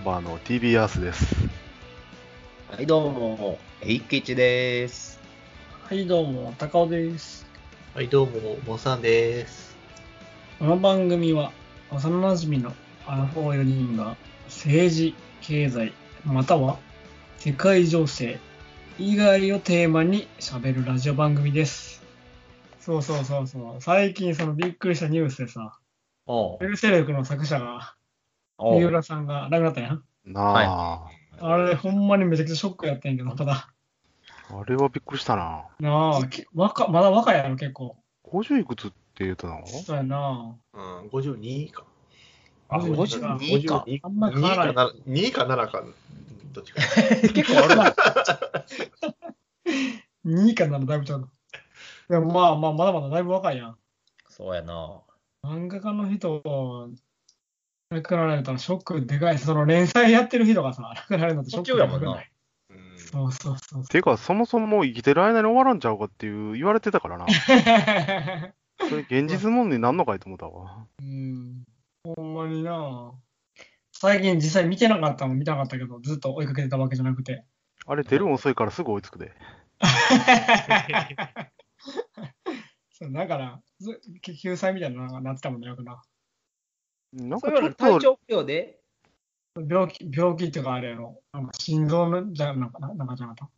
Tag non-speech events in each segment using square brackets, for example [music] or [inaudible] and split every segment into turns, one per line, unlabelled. TB アースです。
はい、どうも、えいきちです。
はい、どうも、高尾です。
はい、どうも、もさんです。
この番組は、幼馴染のアラフォー4人が、政治、経済、または世界情勢以外をテーマに喋るラジオ番組です。そうそうそうそう。最近そのびっくりしたニュースでさ、
お
ベルセルクの作者が、
お
三浦さんが亡くなったやん。
なあ、
あれ、ほんまにめちゃくちゃショックやったんやけど、ただ。
あれはびっくりしたな。
なあ、け若、まだ若いやろ、結構。
50いくつって言ったの
そうやな
うん、52か。
あ
52か
52
あんま変わらない
2か2か7か、どっちか。
結構あるな。
2位かならだいぶちゃうの。でもまあまあ、まだまだだいぶ若いやん。
そうやな。
漫画家の人を亡くなられたらショックでかい。その連載やってる人がさ、亡くなられるのってショックでかく
そっちやもん
な。
ない
うん
そうそうそ
[laughs]
う。
ていうか、そもそも生きてる間に終わらんちゃうかっていう言われてたからな。それ現実問題になんのかいと思ったわ。
うん。ほんまにな最近実際見てなかったもん見たかったけど、ずっと追いかけてたわけじゃなくて。
あれ出るん遅いからすぐ追いつくで。
そうだから、ず救済みたいなのがなってたもんね、よくな。
なん
そ
か
れ
ちょ
は
っ
体
と、
調不良で、
病気、病気っていうかあれやろ。なんか心臓のじゃなんかななんかじゃなかっ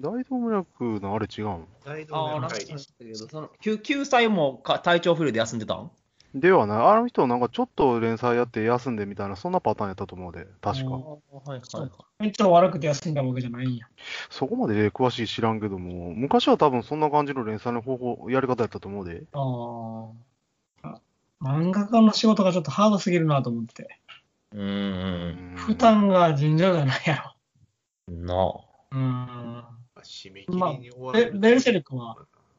大動脈のあれ違うん
大動
ああ、
脈
なんか
解
そうだ
離
ったけど、その救救済もか体調不良で休んでたん
ではない。あの人なんかちょっと連載やって休んでみたいな、そんなパターンやったと思うで。確か
あー。
はいはい。
た。めっちゃ悪くて休んだわけじゃないんや。
そこまで詳しい知らんけども、昔は多分そんな感じの連載の方法、やり方やったと思うで。
あーあ。漫画家の仕事がちょっとハードすぎるなと思ってて。
うんうん
うん
負担が尋常じゃないや
うん。なあ。
ろ。うん。
締め切りに終わ
で、
る。
ベルセルクは、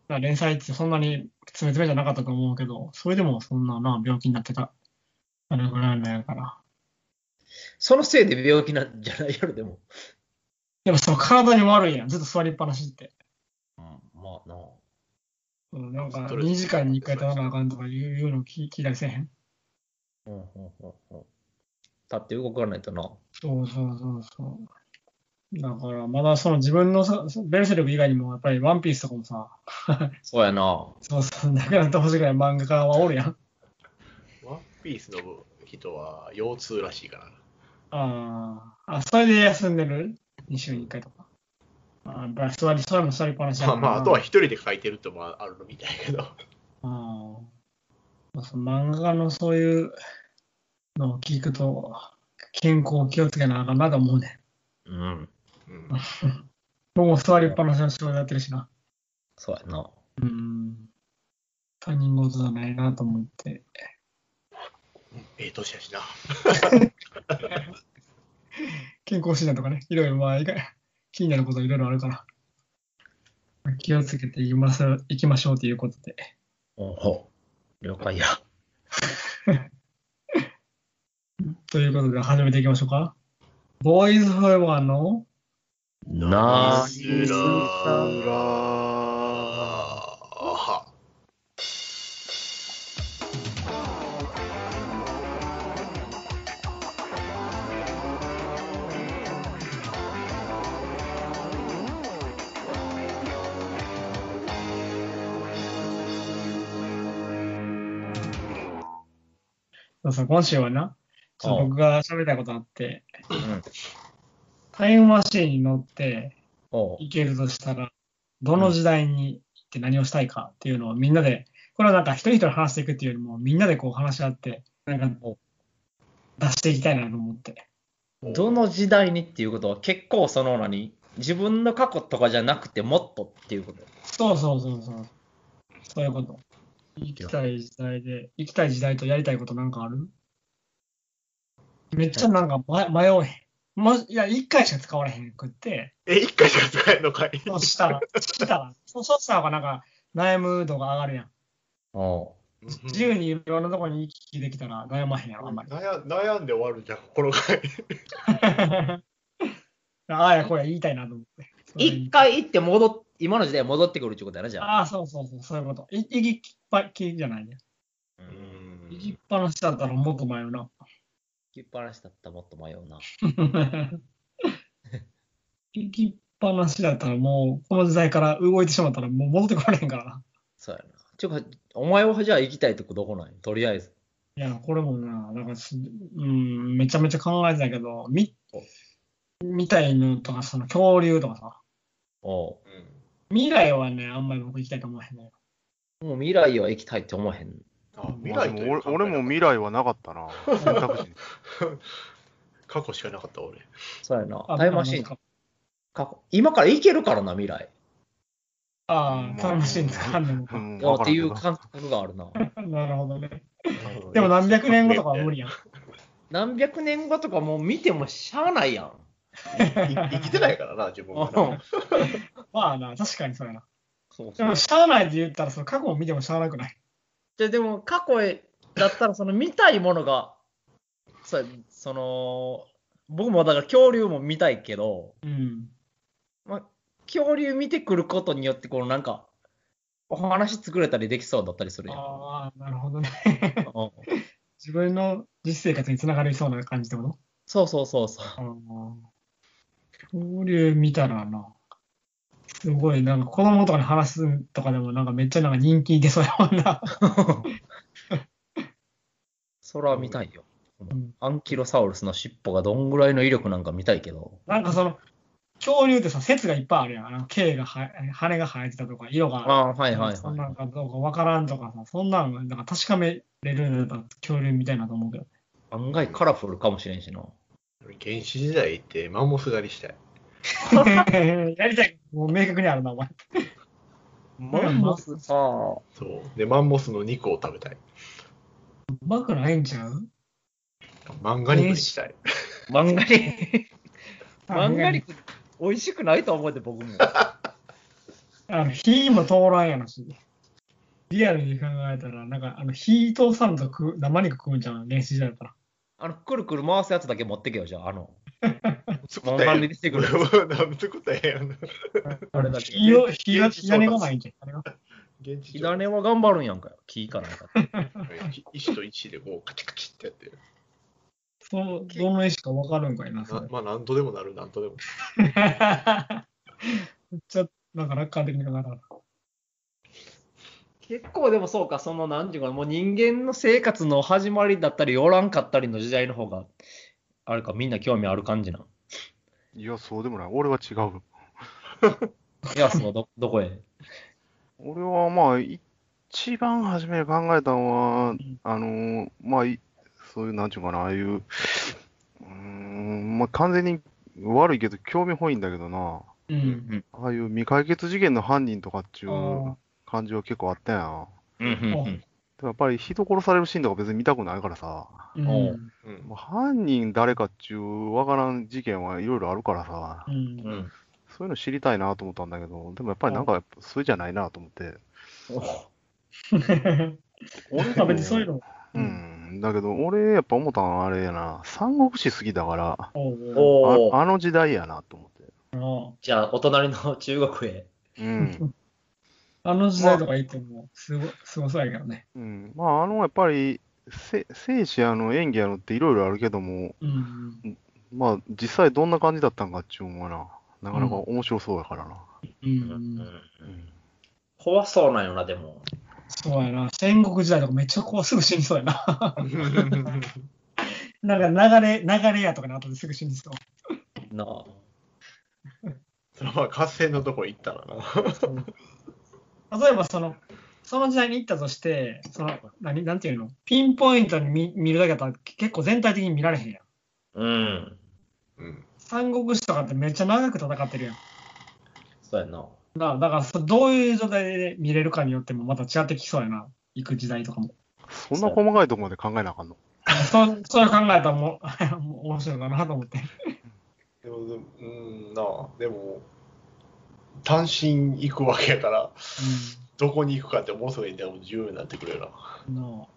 まあ連載ってそんなに詰め詰めじゃなかったと思うけど、それでもそんなな、病気になってた。あれぐらいなんやから。
そのせいで病気なんじゃないやろ、でも。
でもその体に悪いやん。ずっと座りっぱなしって。
うん、まあなあ。
うん、なんか
ストレス
2時間に1回取らなあかんとかいういうの聞聞いたりせえへん。
うんうんうんうん。立って動かないとな。
そうそうそうそう。だから、まだその自分のさ、ベルセルク以外にも、やっぱりワンピースとかもさ、
そうやな。
そうそう、なくなってほしくない漫画家はおるやん。
ワンピースの人は腰痛らしいから。
あーあ、それで休んでる ?2 週に1回とか。あーやっぱり座り、それも座りっぱなしや
まあ
から
まあ、あとは一人で書いてるってのもあるみたいやけど。
あーまあその漫画家のそういうのを聞くと、健康を気をつけなあかんなと思うね。
うん。
うん
僕も座りっぱなしの仕事やってるしな。
そうやな。
うん。他人事じゃないなと思って。
ええ年やしな。
健康診断とかね、いろいろまあ、いか気になることいろいろあるから、気をつけていきますいきましょうということで。
おうほう。了解や。
ということで、始めていきましょうか。ボーイズフォーエバーの、
な
うーらーあは。
そうそう、今週はな、ちょっ
ああ
と僕が喋りたいことあって、
うん
タイムマシーンに乗って
おう
行けるとしたら、どの時代に行って何をしたいかっていうのをみんなで、これはなんか一人一人話していくっていうよりも、みんなでこう話し合って、なんか
お
出していきたいなと思って。
どの時代にっていうことは結構その何自分の過去とかじゃなくてもっとっていうこと。
そうそうそうそう。そういうこと。行きたい時代で、行きたい時代とやりたいことなんかあるめっちゃなんか迷迷うへん。もしいや、一回しか使われへんくって、
え、一回しか使えんのかい
そうしたら、したら、そうそうしたらなんか悩む度が上がるやん。
お
自由にいろんなとこに行き来できたら悩まへんやろ、あんまり。 [laughs]
悩悩んで終わるじゃん、この回。
ああやこれ言いたいなと思って。
一回行って戻っ、今の時代に戻ってくるってことやな、じゃあ。
ああ、そうそうそう、そういうこと。い行きっぱきりじゃないね。
う
うんん
行きっぱなしだったらもっと迷うな。
きっぱなしだったらもっと迷うな。
[laughs] 行きっぱなしだったらもう、この時代から動いてしまったらもう戻ってこられへんからな。
そうやな。ちょ、お前はじゃあ行きたいとこどこなんとりあえず。
いや、これもな、なんかす、うん、めちゃめちゃ考えてたけど、み、見たいのとか、その恐竜とかさ、
おう
うん。
未来はね、あんまり僕行きたいと思わへんね。
もう未来は行きたいって思えへん。
あ、未
まあ
来
で
と
も
いう考え
俺俺も未来はなかった
[laughs]
な。選択肢に。
過去しかなかった俺。
そうやな。
あ
タイムマシ
な
ー
ん
ン
か
過去。今から行けるからな、未来。
あ
ま
あ、
あ
タイムマシーン使わんでも
う
か。
ん、わ
っ
からん
てい
け
う
ど
感覚があるな。
なるほどね。 [laughs] でも何百年後とかは無理やん。
何百年後とかもう見てもしゃあないやん。
い生きてないからな、自分はな。
まあな、確かにそうやな。
そう
で
そう
も、しゃあないって言ったら、その過去を見てもしゃあなくない。
ででも過去へだったらその見たいものがそうその僕もだから恐竜も見たいけど、
うん。
まあ、恐竜見てくることによってこのなんかお話作れたりできそうだったりするやん。
ああ、なるほどね。
うん
自分の実生活につながりそうな感じってこと
そうそうそうそう。
あの恐竜見たらな、すごい、なんか子供とかに話すとかでも、なんかめっちゃなんか人気出そうやもんな。
それは見たいよ。
うん
アンキロサウルスの尻尾がどんぐらいの威力なんか見たいけど。
[laughs] なんかその、恐竜ってさ、説がいっぱいあるやん。あの毛がは、羽が生えてたとか、色が、
ああー、はいはい
そんなん
は
かどうかわからんとかさ、そんなん、なんか確かめれるんだったら恐竜みたいなと思うけ [laughs] ど。
い。案外カラフルかもしれんしな。
原始時代ってマンモス狩りしたい。
やりたい。もう明確にあるな、お前。
マンモスか。
そう。で、マンモスの肉を食べたい。
うまくないんちゃう
漫画肉にしたい。
漫画 [laughs] に、漫画に美味しくないと思って僕も。
あの、火も通らんやろし。リアルに考えたら、なんか、あの、火通さんと食う、生肉食うんじゃん、練習時代だったら。
[laughs] あの、くるくる回すやつだけ持ってけよ、じゃあ、あの、
作っ
漫画
たらえ
に
え
出て
や
くる。
ん。作ったらええやん。
あれだけ
火を、火が、火種がないんじゃん。
現地
火種は頑張るんやんかよ、木かなんか。
石と石でこうカチカチってやってる。
そう、どの絵しかわかるんかいな、そ
[laughs] な
れ。
まあ何度でもなる、何度でも。
めっちゃ、なんか楽観的な考え方。
結構でもそうか、その、なんていうかな、もう人間の生活の始まりだったり、おらんかったりの時代の方が、あれか、みんな興味ある感じなん。
いや、そうでもない。俺は違う。
いや、その、ど、 [laughs] どこへ。
俺はまあ、一番初めに考えたのは、あのーまあ、いそういう、なんちゅうかな、ああいう、うーん、まあ完全に悪いけど、興味本位んだけどな、
う。
うんん。
ああいう未解決事件の犯人とかってい
あー
う感じは結構あったやん。
うん。うん。
でもやっぱり人殺されるシーンとか別に見たくないからさ、
うん。
お
う。
う
うん
まあ、犯人誰かっちゅうわからん事件はいろいろあるからさ、
うんん。
そういうの知りたいなと思ったんだけど、でもやっぱりなんか、それじゃないなと思って。
俺は別にそういうの。
うん、だけど、俺、やっぱ思ったのはあれやな、三国志過ぎだから、
お
お
お。
お
ああの時代やなと思って。
じゃあ、お隣の中国へ。
うん。
あの時代とか言っても、すご、すごそうやけどね。
うん、まあ、あの、やっぱり、せ生死やの演技やのっていろいろあるけども、
うん。
まあ、実際どんな感じだったんかっちゅうのはな、なかなか面白そうやからな。
う。
うん
うん。
怖そうなんよな、でも。
そうやな。戦国時代とかめっちゃこうすぐ死にそうやな。 [laughs] なんか流れ、流れやとかの後ですぐ死にそう。
なあ。
それはまあ合戦のとこ行ったらな。
例えばその、その時代に行ったとして、その、何、なんていうの、ピンポイントに見見るだけだったら結構全体的に見られへんやん。
うん。
うん。
三国志とかってめっちゃ長く戦ってるやん。
そうやな。
だだからそ、どういう状態で見れるかによってもまた違ってきそうやな。行く時代とかも。
そんな細かいところまで考えなあかんの。
そう、そう考えたらもう、もう面 [laughs] 白いかなと思って。
でも、うんなあ、でも、単身行くわけやから、どこに行くかってもうすぐにでも重要になってくるよな。
うん。の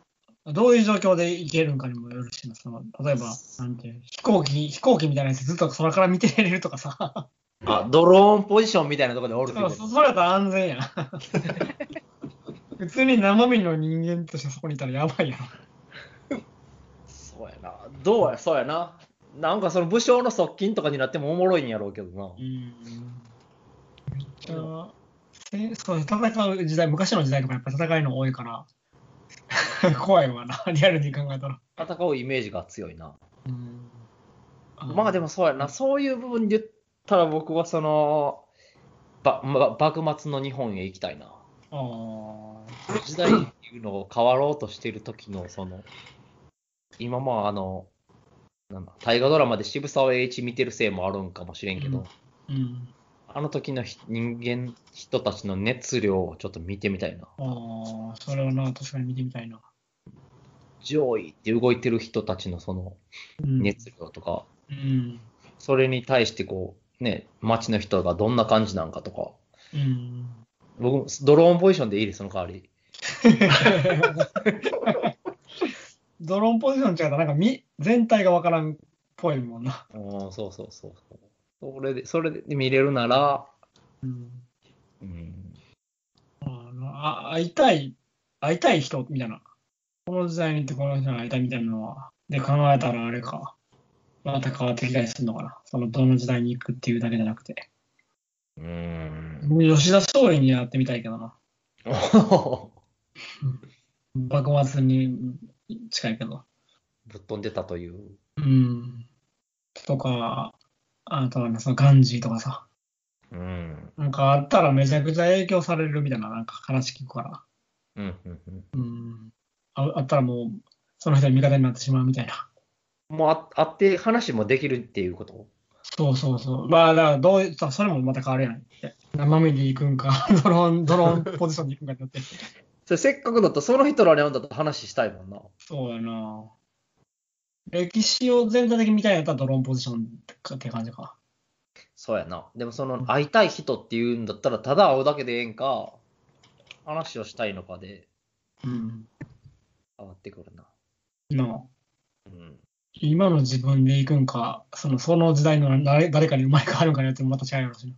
どういう状況で行けるんかにもよるしな、その、例えば、なんていう、飛行機、飛行機みたいなやつずっと空から見てれるとかさ。
あ、ドローンポジションみたいなところでおるってこ
そう
と
そそれやったら安全やん。普通に生身の人間としてそこにいたらやばいやろ。
そうやな。どうや、そうやな。なんかその武将の側近とかになってもおもろいんやろうけどな。
うんめっちゃせそう戦う時代昔の時代とかやっぱ戦いの多いから [laughs] 怖いわなリアルに考えたら、
戦うイメージが強いな。
うん
まあでもそうやな、そういう部分で言ったら僕はその、ば、ま、幕末の日本へ行きたいな。
あー
時代っていうのを変わろうとしている時の、その、今もあの、なんだ、大河ドラマで渋沢栄一見てるせいもあるんかもしれんけど、
うんうん
あの時のひ人間、人たちの熱量をちょっと見てみたいな。
ああそれはな確かに見てみたいな、
上位って動いてる人たちのその
うん、
熱量とか、
うん
それに対してこう、ね、街の人がどんな感じなんかとか、
うん
僕もドローンポジションでいいです、その代わり。
ドローンポジション違ったらなんかみ全体がわからんっぽいもんな。
うん、そうそうそうそう。それで、それで見れるなら、
うん、
うん、
あのあ会いたい、会いたい人みたいな。この時代にってこの人が会いたいみたいなのは。で考えたらあれか。また変わってきたりするのかな。そのどの時代に行くっていうだけじゃなくて。
うん。 [laughs]
吉田総理にやってみたいけどな。幕末に近いけど。
ぶっ飛んでたという。
うん。とか、あとはねそのガンジーとかさ。
うん。
なんかあったらめちゃくちゃ影響されるみたいな、なんか話聞くから。
うん、うん、うん。
うん。ああったらもう、その人の味方になってしまうみたいな。
もうああって話もできるっていうこと
そうそうそう。まあ、だからどうさ、それもまた変わるやん。生身で行くんか、 [laughs] ドローン、ドローンポジションで行くんかになって。
それせっかくだと、その人らに会うんだと話したいもんな。
そうやな歴史を全体的に見たいんやったらドローンポジションかって感じか。
そうやな。でもその会いたい人っていうんだったら、ただ会うだけでええんか、話をしたいのかで
うん。
変わってくるな。
の、
うん。
今の自分で行くんか、その、その時代の誰誰かに生まれ変わるんかによってもまた違うやろしな。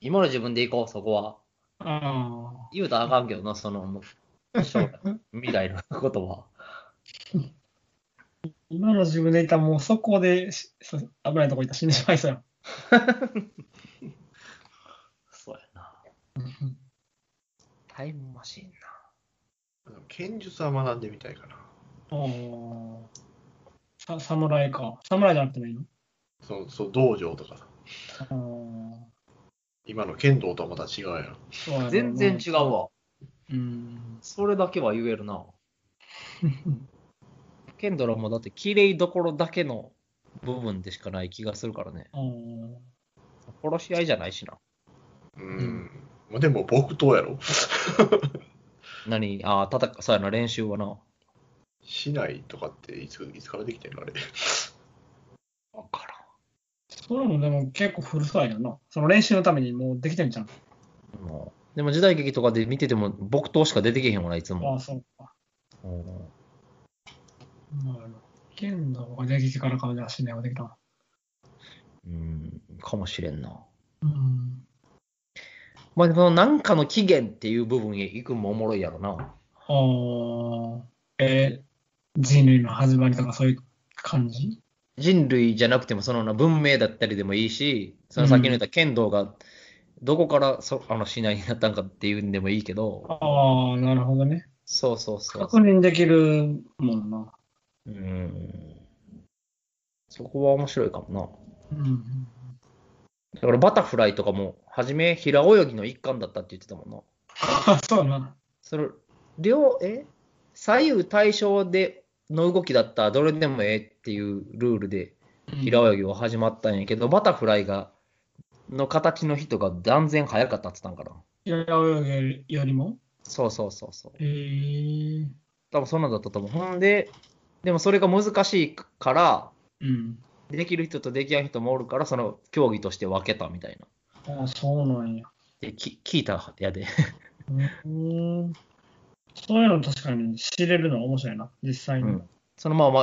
今の自分で行こう、そこは。
あ
言うたらあかんけどな、その、もう将来、未来のことは。
あ。今の自分でいたらもうそこでしそ危ないとこ行ったら死んでしまいそうやん。
そうやな。タイムマシンな。
剣術は学んでみたいかな。
おさ侍か。侍じゃなくてもいいの
そう、そう、道場とかさ。
あー
今の剣道とはまた違うやん。
そうやろうな
全然違う。わ。
うん。
それだけは言えるな。 [laughs] ケンドラもだって綺麗どころだけの部分でしかない気がするからね。
あー
殺し合いじゃないしな。
うん。まあでも、木刀やろ。
何ああ、たたそうやな、練習はな。
市内とかっていついつからできてんのあれ。
わから
それもでも結構古そうやけどな。その練習のためにもうできてんじゃん。
ん。もうでも時代劇とかで見てても、木刀しか出てけへんわな、いつ
ああ、
も。
そうか。
うん
まあ、剣道ができてからかもじゃあ信頼ができたな。
うん、かもしれんな。
うん。
まあ、でもなんかの起源っていう部分へ行くんもおもろいやろな。
あーえー人類の始まりとかそういう感じ
人類じゃなくてもそのな文明だったりでもいいし、その先に言った剣道がどこからそあの市内になったんかっていうんでもいいけど、
ああ、なるほどね。
そうそうそう
確。認できるもんな。
うん。そこは面白いかも
うん。 [laughs]
な。だからバタフライとかも、初め平泳ぎの一環だったって言ってたもんな。
あそうな。
その両、え左右対称での動きだったらどれでもええっていうルールで平泳ぎは始まったんやけど、バタフライが、の形の人が断然早かったって言ったんかな。
平泳ぎよりも
そうそうそうそう。
へえ。
多分そんなんだったと思う。ほんで、でもそれが難しいから、
うん。
できる人とできない人もおるから、その競技として分けたみたいな。
ああ、そうなんや。
でき聞いたやで。
うん。そういうの確かに知れるのは面白いな、実際に。
うん [laughs] そのまあま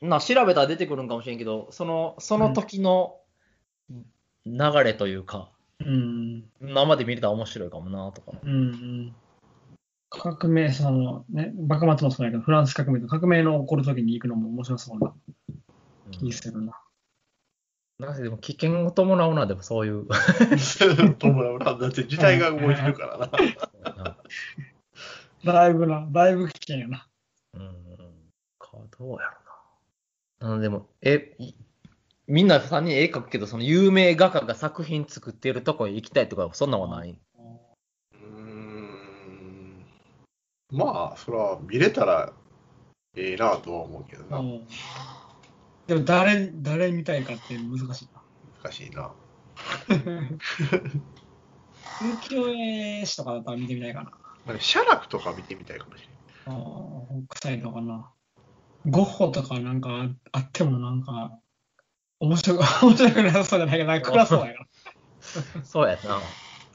あ、な調べたら出てくるんかもしれんけど、そのその時の流れというか、
うん。
生で見れたら面白いかもなとか。
うんうん。革命、そのね、幕末もそうやけど、フランス革命と革命の起こるときに行くのも面白そうな。気するな。
なんかでも危険を伴うな、でもそういう。
[laughs] トムラムラだって時代が動いてるからな。
だいぶな、だいぶ危険やな。
うん。か、どうやろな。なんでも、え、いみんな3人絵描くけど、その有名画家が作品作ってるとこへ行きたいとか、そんなんはない。
うーんまあ、それは見れたらええなとは思うけどな。
うんでも誰、誰見たいかって難しいな。
難しいな。
浮世絵師とかだったら見てみたいかな。
なんか写楽とか見てみたいかもしれな
あ
い。
ー北斎とかな。ゴッホとかなんかあってもなんか、面白く、 [laughs] 面白くなさそうじゃないけど、なんか暗そうやから。
そうや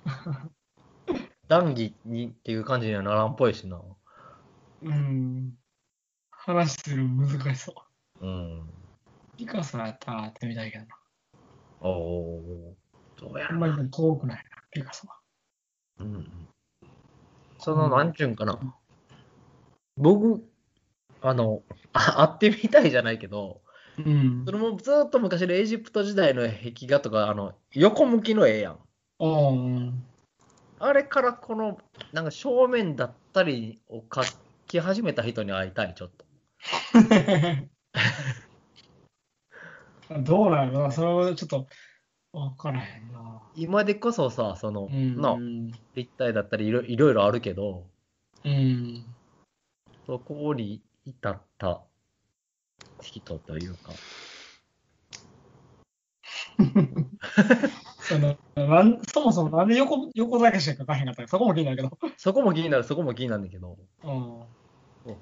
な。 [laughs] 談義にっていう感じにはならんっぽいしな。
うん。話するの難しそう。
うん。
ピカソやったらやってみたいけどな。
おおー。どうや
あ
ろ
ん
う
ま
な。
り遠くないな、ピカソは。
うんうん。その、なんちゅうんかな。僕、あの、あ会ってみたいじゃないけど、
うん
そ。れもずっと昔のエジプト時代の壁画とか、あの、横向きの絵やん。
おー
あれからこの、なんか正面だったりを描き始めた人に会いたい、ちょっと。
[laughs] どうなんやろな、それはちょっと分からへんな。
今でこそさ、その、
うん。
な立体だったりいろいろいろあるけど、
うん。
そこに至った人というか。
そのなんそもそもなんで横横だけしか書かへんかったか、そこも気になるけど。
そこも気になる、そこも気になるんだけど。
うん
そう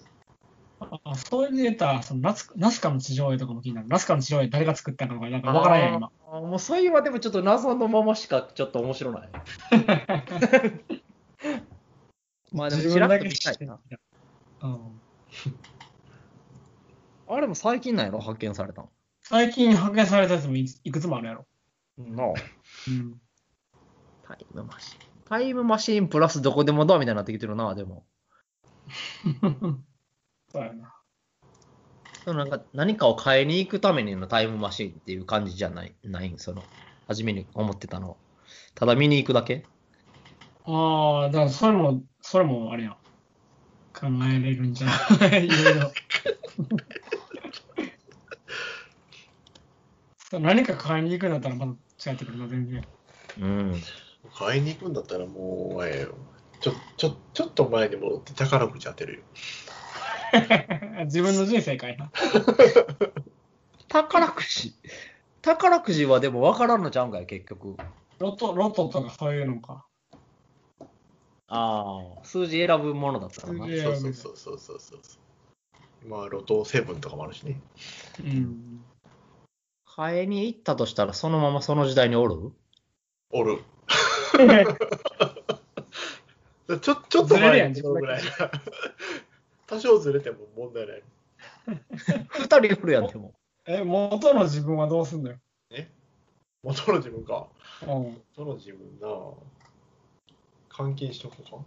あそういうデータ、そのナスナスカの地上絵とかも気になる。ナスカの地上絵誰が作ったのかなんか分からへんよ、今。
あーもうそういうはでもちょっと謎のまましかちょっと面白
[laughs]
ない。まあでも
自
知らな
分だ
く
け
て見たいな。
うん、
あれも最近なんやろ発見されたの。
最近発見されたやつもいいくつもあるやろ。
なあ。 [laughs]
うん、
タイムマシン。タイムマシンプラスどこでもドアみたいになってきてるな、でも。
そうやな。
そのなんか何かを変えに行くためにのタイムマシンっていう感じじゃない、ないんその、初めに思ってたのは。ただ見に行くだけ
ああ、だからそれも、それもあれやん。考えれるんじゃない
[laughs]
いろいろ。そう何か買いに行くんだったらまた違ってくるな、全然。 [laughs]
うん。
買いに行くんだったらもう、ええちょちょちょっと前に戻って宝くじ当てるよ。
自分の人生かいな。
宝くじ。宝くじはでも分からんのちゃうんかい、結局。
ロト、ロトとかそういうのか。
ああ。数字選ぶものだったらな
数。字
そうそうそうそうそうそう。まあ、路頭セブンとかもあるしね。
うん。
変えに行ったとしたら、そのままその時代におる
おる。ちょちょっと
ずれるや
前
ん
に戻るぐらい。 [laughs] 多少ずれても問題ない。
二人おるやん、でも。
[laughs] え、元の自分はどうすんのよ。
元の自分か。
うん。
元の自分なぁ。監禁しとこ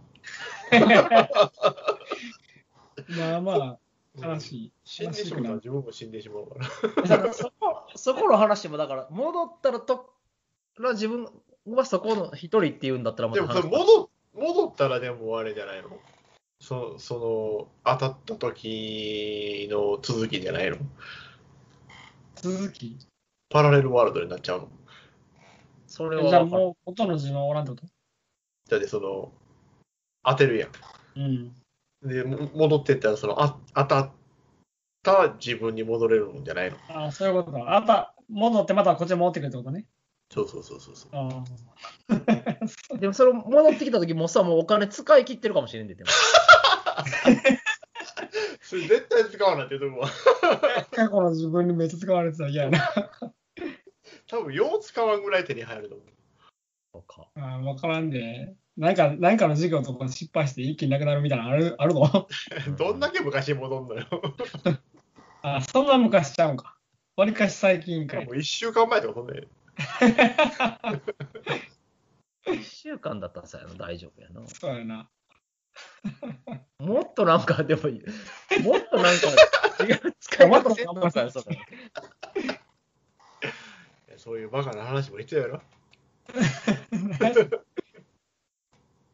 まあま
う
あ、
か。
悲しい。
死んでしまうから自分も死んでしまうから。
そこそこの話もだから戻ったらとら自分はそこの一人っていうんだったらま
で
た
もそれ
話
戻戻ったらでもあれじゃないのそその当たった時の続きじゃないの
[laughs] 続き。
パラレルワールドになっちゃうの
それは
じゃあ
分からん
もう元の自分はおらんってこと
だってその当てるや
うん。
んでも戻ってったらそのあ当たった自分に戻れるんじゃないの
ああ、そういうことか。あた、戻ってまたこっちに戻ってくるってことね。
そうそうそうそうそう
ああ。
でもそれ戻ってきた時もさもうお金使い切ってるかもしれんででも
それ絶対使わないってとこは
過去の自分にめっちゃ使われてたら嫌やな。 [laughs]
多分よう使わんぐらい手に入ると思う
そうか
ああ、わからんで。なんか、なんかの授業とか失敗して一気になくなるみたいなのある、あるの [laughs]
どんだけ昔に戻んのよ
ああ、そんな昔ちゃうんか。わりかし最近かい
[laughs] も。う1週間前とかそんなや
1週間だったらさやな大丈夫やな
そうやな。
もっとなんかでももっとなんか違う使い
もっ
方
と
せんのかよそれ
やそういうバカな話も必要やろ。
[laughs]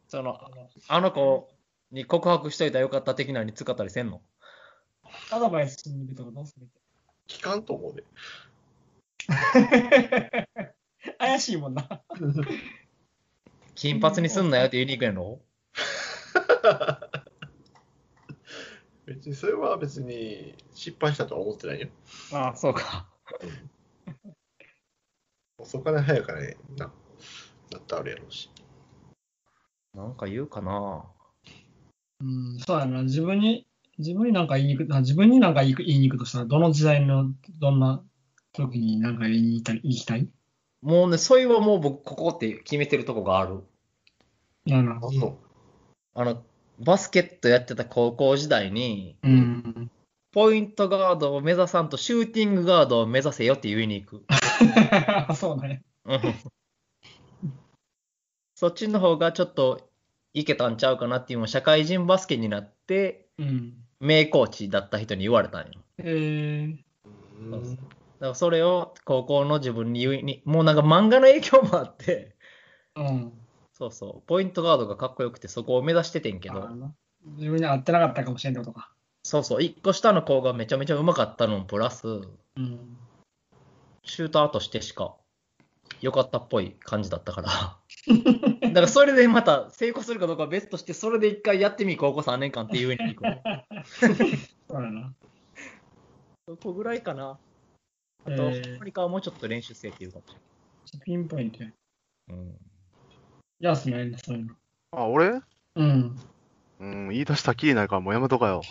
その、あの子に告白しといたらよかった的なのに使ったりせんの
アドバイスしに行くとか [laughs] どうする
聞かんと思うで。
怪しいもんな。
金髪にすんなよって言いに行くやろ
別にそれは別に失敗したとは思ってないよ。
ああ、そうか。
遅かれ早かれな、なったらあれやろうし。
なんか言うかな。
うん、そうやな。自分に、自分になんか言いに行く、あ自分になんか言い言いに行くとしたら、どの時代の、どんな時になんか言いに行ったり、言いたい
もうね、それはもう僕、ここって決めてるとこがある。
なるほど。
なんの
あの、バスケットやってた高校時代に、
うん。 [laughs]
ポイントガードを目指さんとシューティングガードを目指せよって言いに行く。
そうね。
うんそっちの方がちょっといけたんちゃうかなっていうのを社会人バスケになって、
うん。
名コーチだった人に言われたんよ。
え
うーん
だからそれを高校の自分に言いに、もうなんか漫画の影響もあって、
ー、うん。
そうそう、ポイントガードがかっこよくてそこを目指しててんけ
あ
ど、
の自分に合ってなかったかもしれんってことか。
そうそう、一個下の子がめちゃめちゃうまかったのもプラス、
うん。
シューターとしてしか良かったっぽい感じだったから。 [laughs] だからそれでまた成功するかどうかは別として、それで一回やってみ、高校3年間っていうに行こう。
そうやな。
そこぐらいかな。あと、
えー
パリカはもうちょっと練習生っていうかもし
ピンポイントや。
れない。うん。
やすないね、そういうの。
あ、俺
うん。
うん、言い出したきりないからもうやめとかよ。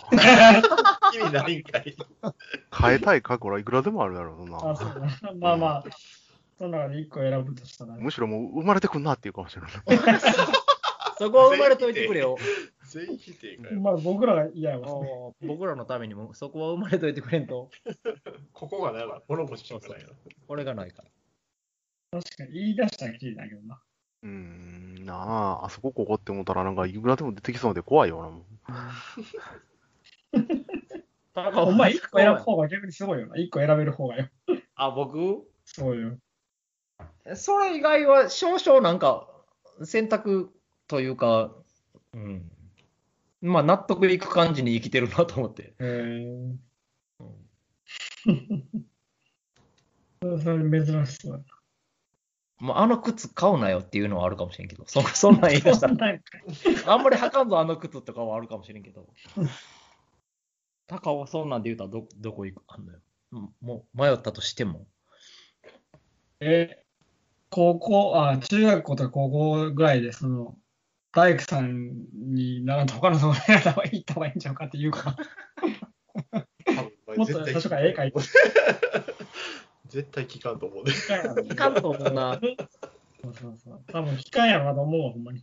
意味ないんかい。 [laughs]
変えたい過去はいくらでもあるやろ、そん
あ、
な。
そうだな。 [laughs] まあまあ、その中で一個選ぶとしたら。
むしろもう生まれてくんなっていうかもしれない。
そこは生まれといてくれよ。
全員否定かよ。
まあ僕らが嫌や
あ
わ。
ー僕らのためにも、そこは生まれといてくれんと、
ここがないわ。このポジションがないわ。
俺がないから。
確かに言い出したらきりだけどな。
うーん、なあ、あそこここって思ったらなんかいくらでも出てきそうで怖いよな。も
た
お前一個選ぶ方が逆にすごいよな。一個選べる方がよ。
あ、僕
そうよ。
それ以外は少々なんか選択というか、うん、まあ納得いく感じに生きてるなと思って。
へえ。
うん
それ珍しそうや
まあ、あの靴買うなよっていうのはあるかもしれんけど、そそんなん言い出
な。
した
そ
ら [laughs]
んなんか
あんまり履かんぞ、あの靴とかはあるかもしれんけど。高尾はそんなんで言うたらど、どこ行くあんだよ。うんもう迷ったとしても。
え、高校、あ、中学校とか高校ぐらいで、その、大工さんに、なんか他のところに行った方がいいんちゃうかってい
[laughs]
うか、もっと最初から絵描いて
絶対聞かんと思うで。
機械やろ
いかんと思うな。
そうそうそう。多分機械やろなと思うわ、ほんまに。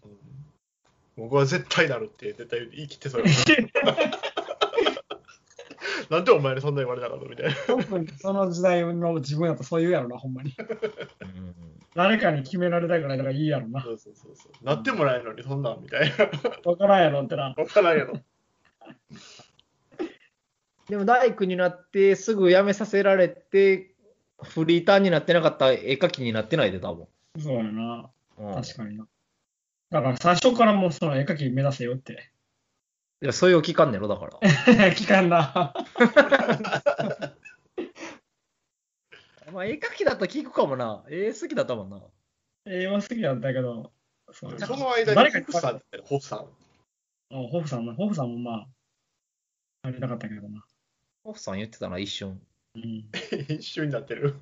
僕は絶対なるって絶対言い切っ
[laughs]
てそうやなんでお前にそんな言われなかったみたいな。
特にその時代の自分やとそう言うやろな、ほんまに。
うん
誰かに決められたぐらいだからいいやろな。
そうそうそうそう。なってもらえるのにそんなんみたいな。
わからんやろってな。
わからんやろ。
でも大工になって、すぐ辞めさせられて、フリーターになってなかったら絵描きになってないで、多分。
そうやな。
うん、
確かにな。だから最初からもうその絵描き目指せよって。 [laughs]
いや、そういう期間ねろ、だから。
聞かんな。
[laughs]
[laughs]
まあ、絵描きだったら聞くかもな。絵好きだったもんな。
英語好きだったけど、そ
その間に
誰か
ホ
に
フさんって言ったよホフさん。
うんホフさんも、ホフさんもまあ、あれなかったけどな。
オフさん言ってたな、一瞬。
[laughs] うん。
一緒になってる。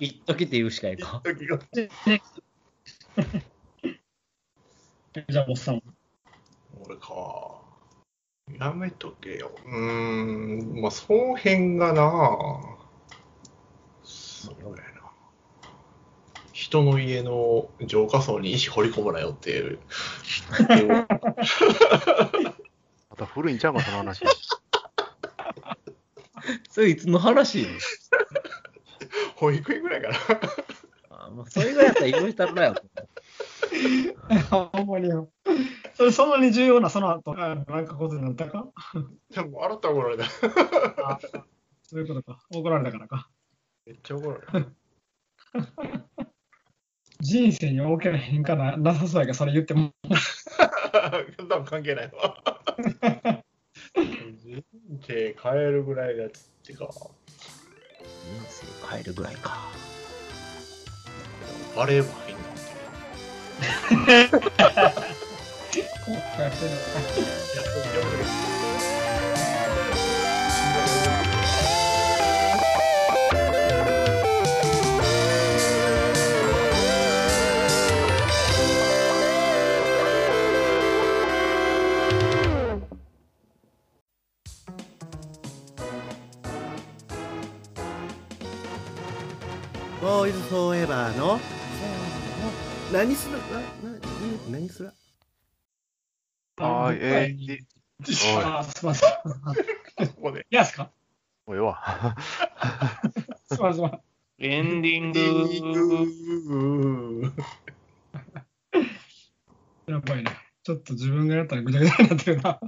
一時って言うしかいかん。
時が
じゃあ、おっさんも。
俺か。やめとけよ。うーん、まあ、その辺がな。そうやな。人の家の浄化槽に石掘り込むなよって
[laughs]
い
う
う。
また古いんちゃうか、その話。
[laughs] それいつの話
保育園ぐらいかな。
あもうそれぐらいやったら言うしたらなよ。
[laughs] ほんまによ。それ、そんなに重要な、その後、あなんかことになったか
でも、洗ったら怒られた。
あそういうことか。怒られたからか。
めっちゃ怒られる。 [laughs]
人生に大きな変化ななさそうやから、それ言っても。
多分関係ないわ。
[laughs]
人生変えるぐらいだって
人
か、
生変えるぐらいか。
バレー部入んなって。
後悔してるのか
やっとやっと
ボーイズフォーエバーの何するなな何する
はい、えー、いおい
あー、すみません。
ここで。
いやすか
もうええわ。
すみませんすみません。
エンディング。
グ
やばいね。ちょっと自分がやったらぐちゃぐちゃになってるな。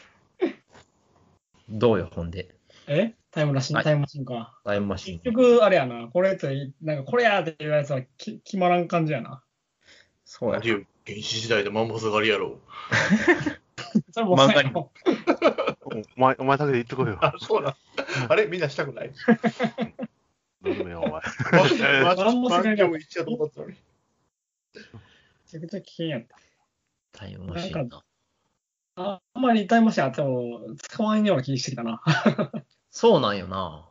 [laughs]
どうよ、ほんで。
えタイムマシン、
はい
タイムマシンか。
タイムマシン
結。局、あれやな、これとい、なんかこれやって言われたらき決まらん感じやな。
そうや。
竜、原始時代でマンモス狩りやろう。
それもそう
漫
や
画
ろ
お前、お前だけで言ってこいよ。
あ、そうなん。あれみんなしたく
[laughs]
ない
どうでもええわお前。
マ
マンモス狩り
でも一緒だと思ったのに。
めちゃくちゃ危険やった。
タイムマシンの。
ああんまりタイムマシンあっても使わんような気してきたな。 [laughs]
そうなんよな。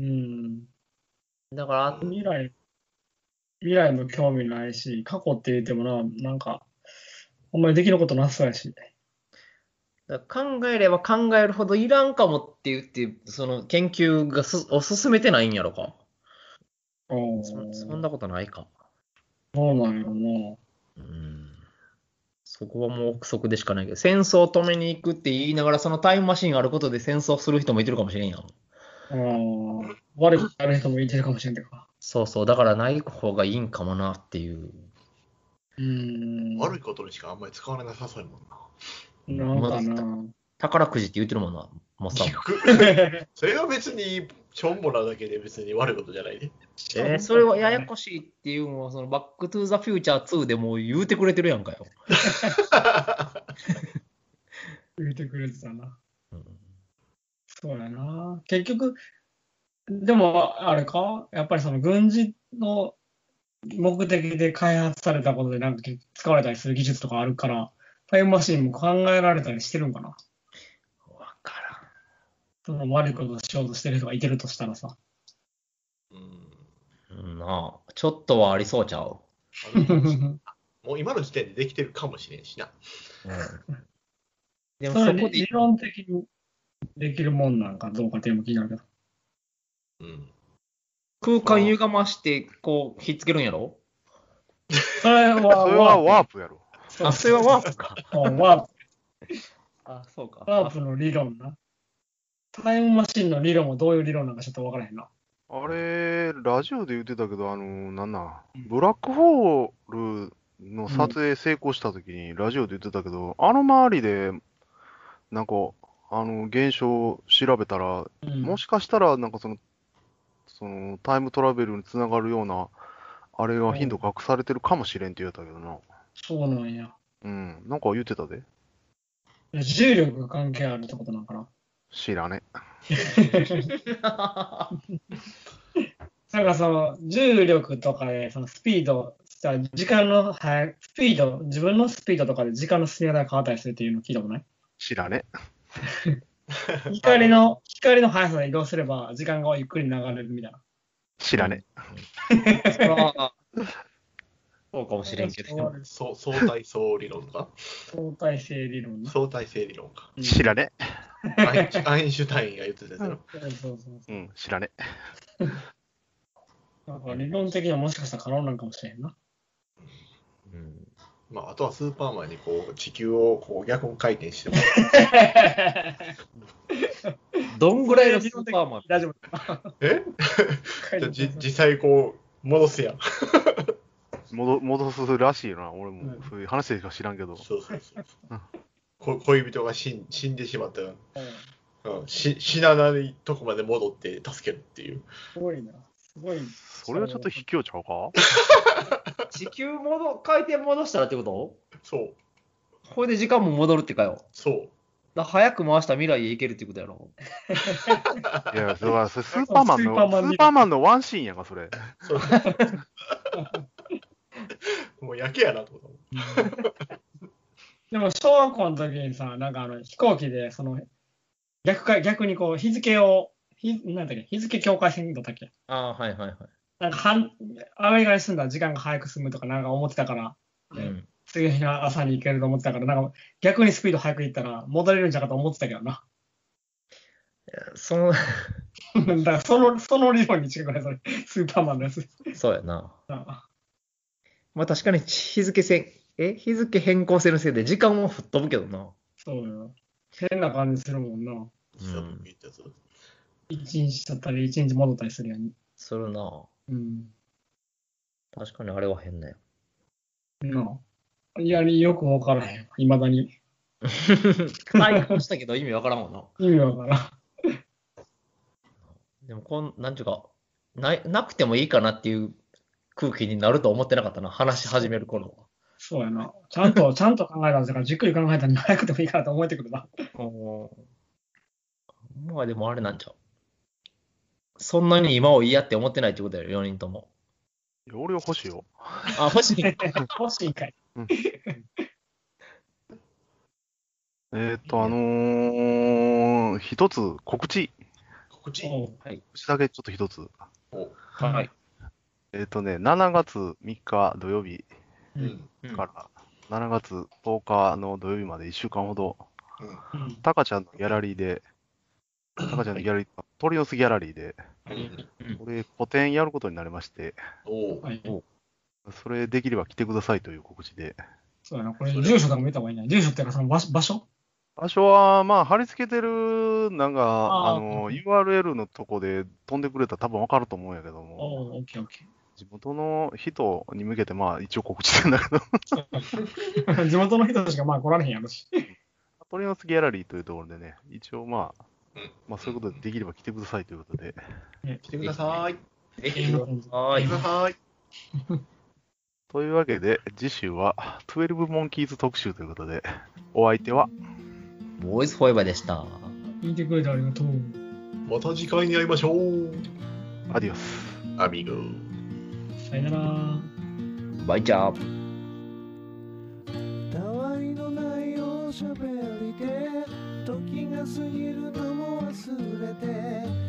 うん。
だから、
未来、未来も興味ないし、過去って言ってもな、なんか、あんまりできることなさそうやし。
だから考えれば考えるほどいらんかもって言って、その研究がすお進めてないんやろか。
お
そそん
そ
なことないか。
うなんよな。
うん。そこはもう憶測でしかないけど、戦争を止めに行くって言いながら、そのタイムマシンあることで戦争する人もいてるかもしれんやん。
ああ、悪くなる人もいてるかもしれんけど。
そうそう、だからない方がいいんかもなっていう。
うーん。
悪いことにしかあんまり使われなさそうやもんな。
なんかな。
宝くじって言ってるもんな、もうさ。
それは別に、しょんぼなだけで別に悪いことじゃないね。
えーそれはややこしいっていうのは、そのバックトゥーザフューチャー2でもう言うてくれてるやんかよ。
言ってくれてたな。
うん
そうやな。結局、でも、あれか、やっぱりその軍事の目的で開発されたことで、なんか結局使われたりする技術とかあるから、タイムマシンも考えられたりしてるんかな。
わからん。
その悪いことをしようとしてる人がいてるとしたらさ。
うん
うんなあ、ちょっとはありそうちゃう。
あのもう今の時点でできてるかもしれんしな。
でも
そ
そ
れ
こ
理
で、
論的にできるもんなんかどうかっていうのも気になるけど。
うん。
空間歪まして、こう、ひっつけるんやろ
それは
それは
ワー
ワープやろ。
プ。
あ、それはワープか。
プ。うんワープ
あ、そうか。
ワープの理論な。タイムマシンの理論はどういう理論なのかちょっとわからへんな。
あれ、ラジオで言ってたけど、あの、なんなん、ブラックホールの撮影成功したときに、ラジオで言ってたけど、あの周りで、なんか、あの、現象を調べたら、
うん
もしかしたら、なんかその、その、タイムトラベルにつながるような、あれが頻度隠されてるかもしれんって言うたけどな。
そうなんや。
うん、なんか言ってたで。
いや重力が関係あるってことなのかな。
知らね。
なんかその重力とかでそのスピード、さ時間の速いスピード、自分のスピードとかで時間の進み方が変わったりするっていうの聞いたことない
知らね。
光の光の速さで移動すれば時間がゆっくり流れるみたいな。
知らね。
それはそうかもしれんけど。
そう相対相理論か
相対性理論な。
相対性理論か。
知らね。
アインシュアインシュタインが言ってたやつやろ。
そうそうそう。
うん、知らね。
なんか理論的にはもしかしたら可能なんかもしれんな。
うん
まあ、あとはスーパーマンにこう地球をこう逆回転してもらう
どんぐらいのスーパーマン
大丈夫。
えじゃあじ実際こう戻すやん。
戻戻すらしいよな。俺も、そういう話でしか知らんけど。
そうそうそう。こ恋人が死ん死んでしまったよ。
うん
うん、うん、し死なないとこまで戻って助けるっていう。
すごいな。すごい。
それはちょっと卑怯ちゃう
[laughs]
か
[laughs] 地球戻、回転戻したらってこと
そう、
これで時間も戻るってかよ。
そう。
だ早く回したら未来へ行けるってことやろ。
いや、それはそれスーパーマンの、ス
スーパーマン
ーパーマンのワンシーンやんか、それ。
そうもうやけやなと思っ
でも小学校の時にさ、なんかあの飛行機でその逆か逆にこう日付を日なんだっけ日付境界線だったっけ
ああ、はいはいはい。
なんか半アメリカに住んだら時間が早く進むとかなんか思ってたから、
うん。
次の日の朝に行けると思ってたからなんか逆にスピード早く行ったら戻れるんじゃなかと思ってたけどな。 [laughs]
その、 [laughs]
だからそのその理論に近くないそれスーパーマンのやつ。
そうやな。
あ
まあ確かに日付線、え日付変更線のせいで時間も吹っ飛ぶけどな。
そうよ。変な感じするもんな。
た。
うん
いたぞ
一日だったり一日戻ったりするやん。
するな。
うん。
確かにあれは [laughs] 変だよ。
なあ。いや、よくわからへん。いまだに。
解放したけど意味わからんもんな。
意味わからん。
でもこん、なんちゅうか、ないなくてもいいかなっていう空気になると思ってなかったな、話し始める頃は。
そうやな。ちゃん [laughs] と、ちゃんと考えたんですから、じっくり考えたら早くてもいいかなと思えてく [laughs] るな。
まあでもあれなんちゃう。そんなに今を嫌って思ってないってことやろ、4人とも。
いや俺は欲しいよ。
あ、欲し [laughs] い。
欲しいんかい。
えーっと、あのー、一つ告知、
告知
おう
はい。
告知だけちょっと一つ。
お
はい。
えーっとね、7月3日土曜日
う
う。
んん。
うん
から、7月10日の土曜日まで1週間ほど、
うん
うん
タカちゃんのギャラリーで、タカちゃんのギャラリー、鳥の巣ギャラリーで、
うん
うん
俺、個展やることになりまして、
おう
はい。
それできれば来てくださいという告知で。
そうやな。これ、住所とかも見た方がいいな。住所っていうか、その場所場所
場所は、まあ、貼り付けてる、なんか、あ
あー
の、URL のとこで飛んでくれたら多分わかると思うんやけども、
おう、オッケーオッケ
地元の人に向けて、まあ、一応告知してんだ [laughs] けど、
[laughs] ー。地元の人しかまあ来られへんやろし。
鳥の巣ギャラリーというところでね、一応まあ
うん、
まあ、そういうことでできれば来てくださいということで、
来てください。
ぜひ、は
来
い
てく。ださい。
というわけで、次週は、12モンキーズ特集ということで、お相手は、
ボーイズフォーエバーでした。
聞いてくれてありがとう。
また次回に会いましょう。
アディオス。
アミグ。
さよなら。
バイチャー。
たわいのないおしゃべりで時が過ぎるのも忘れて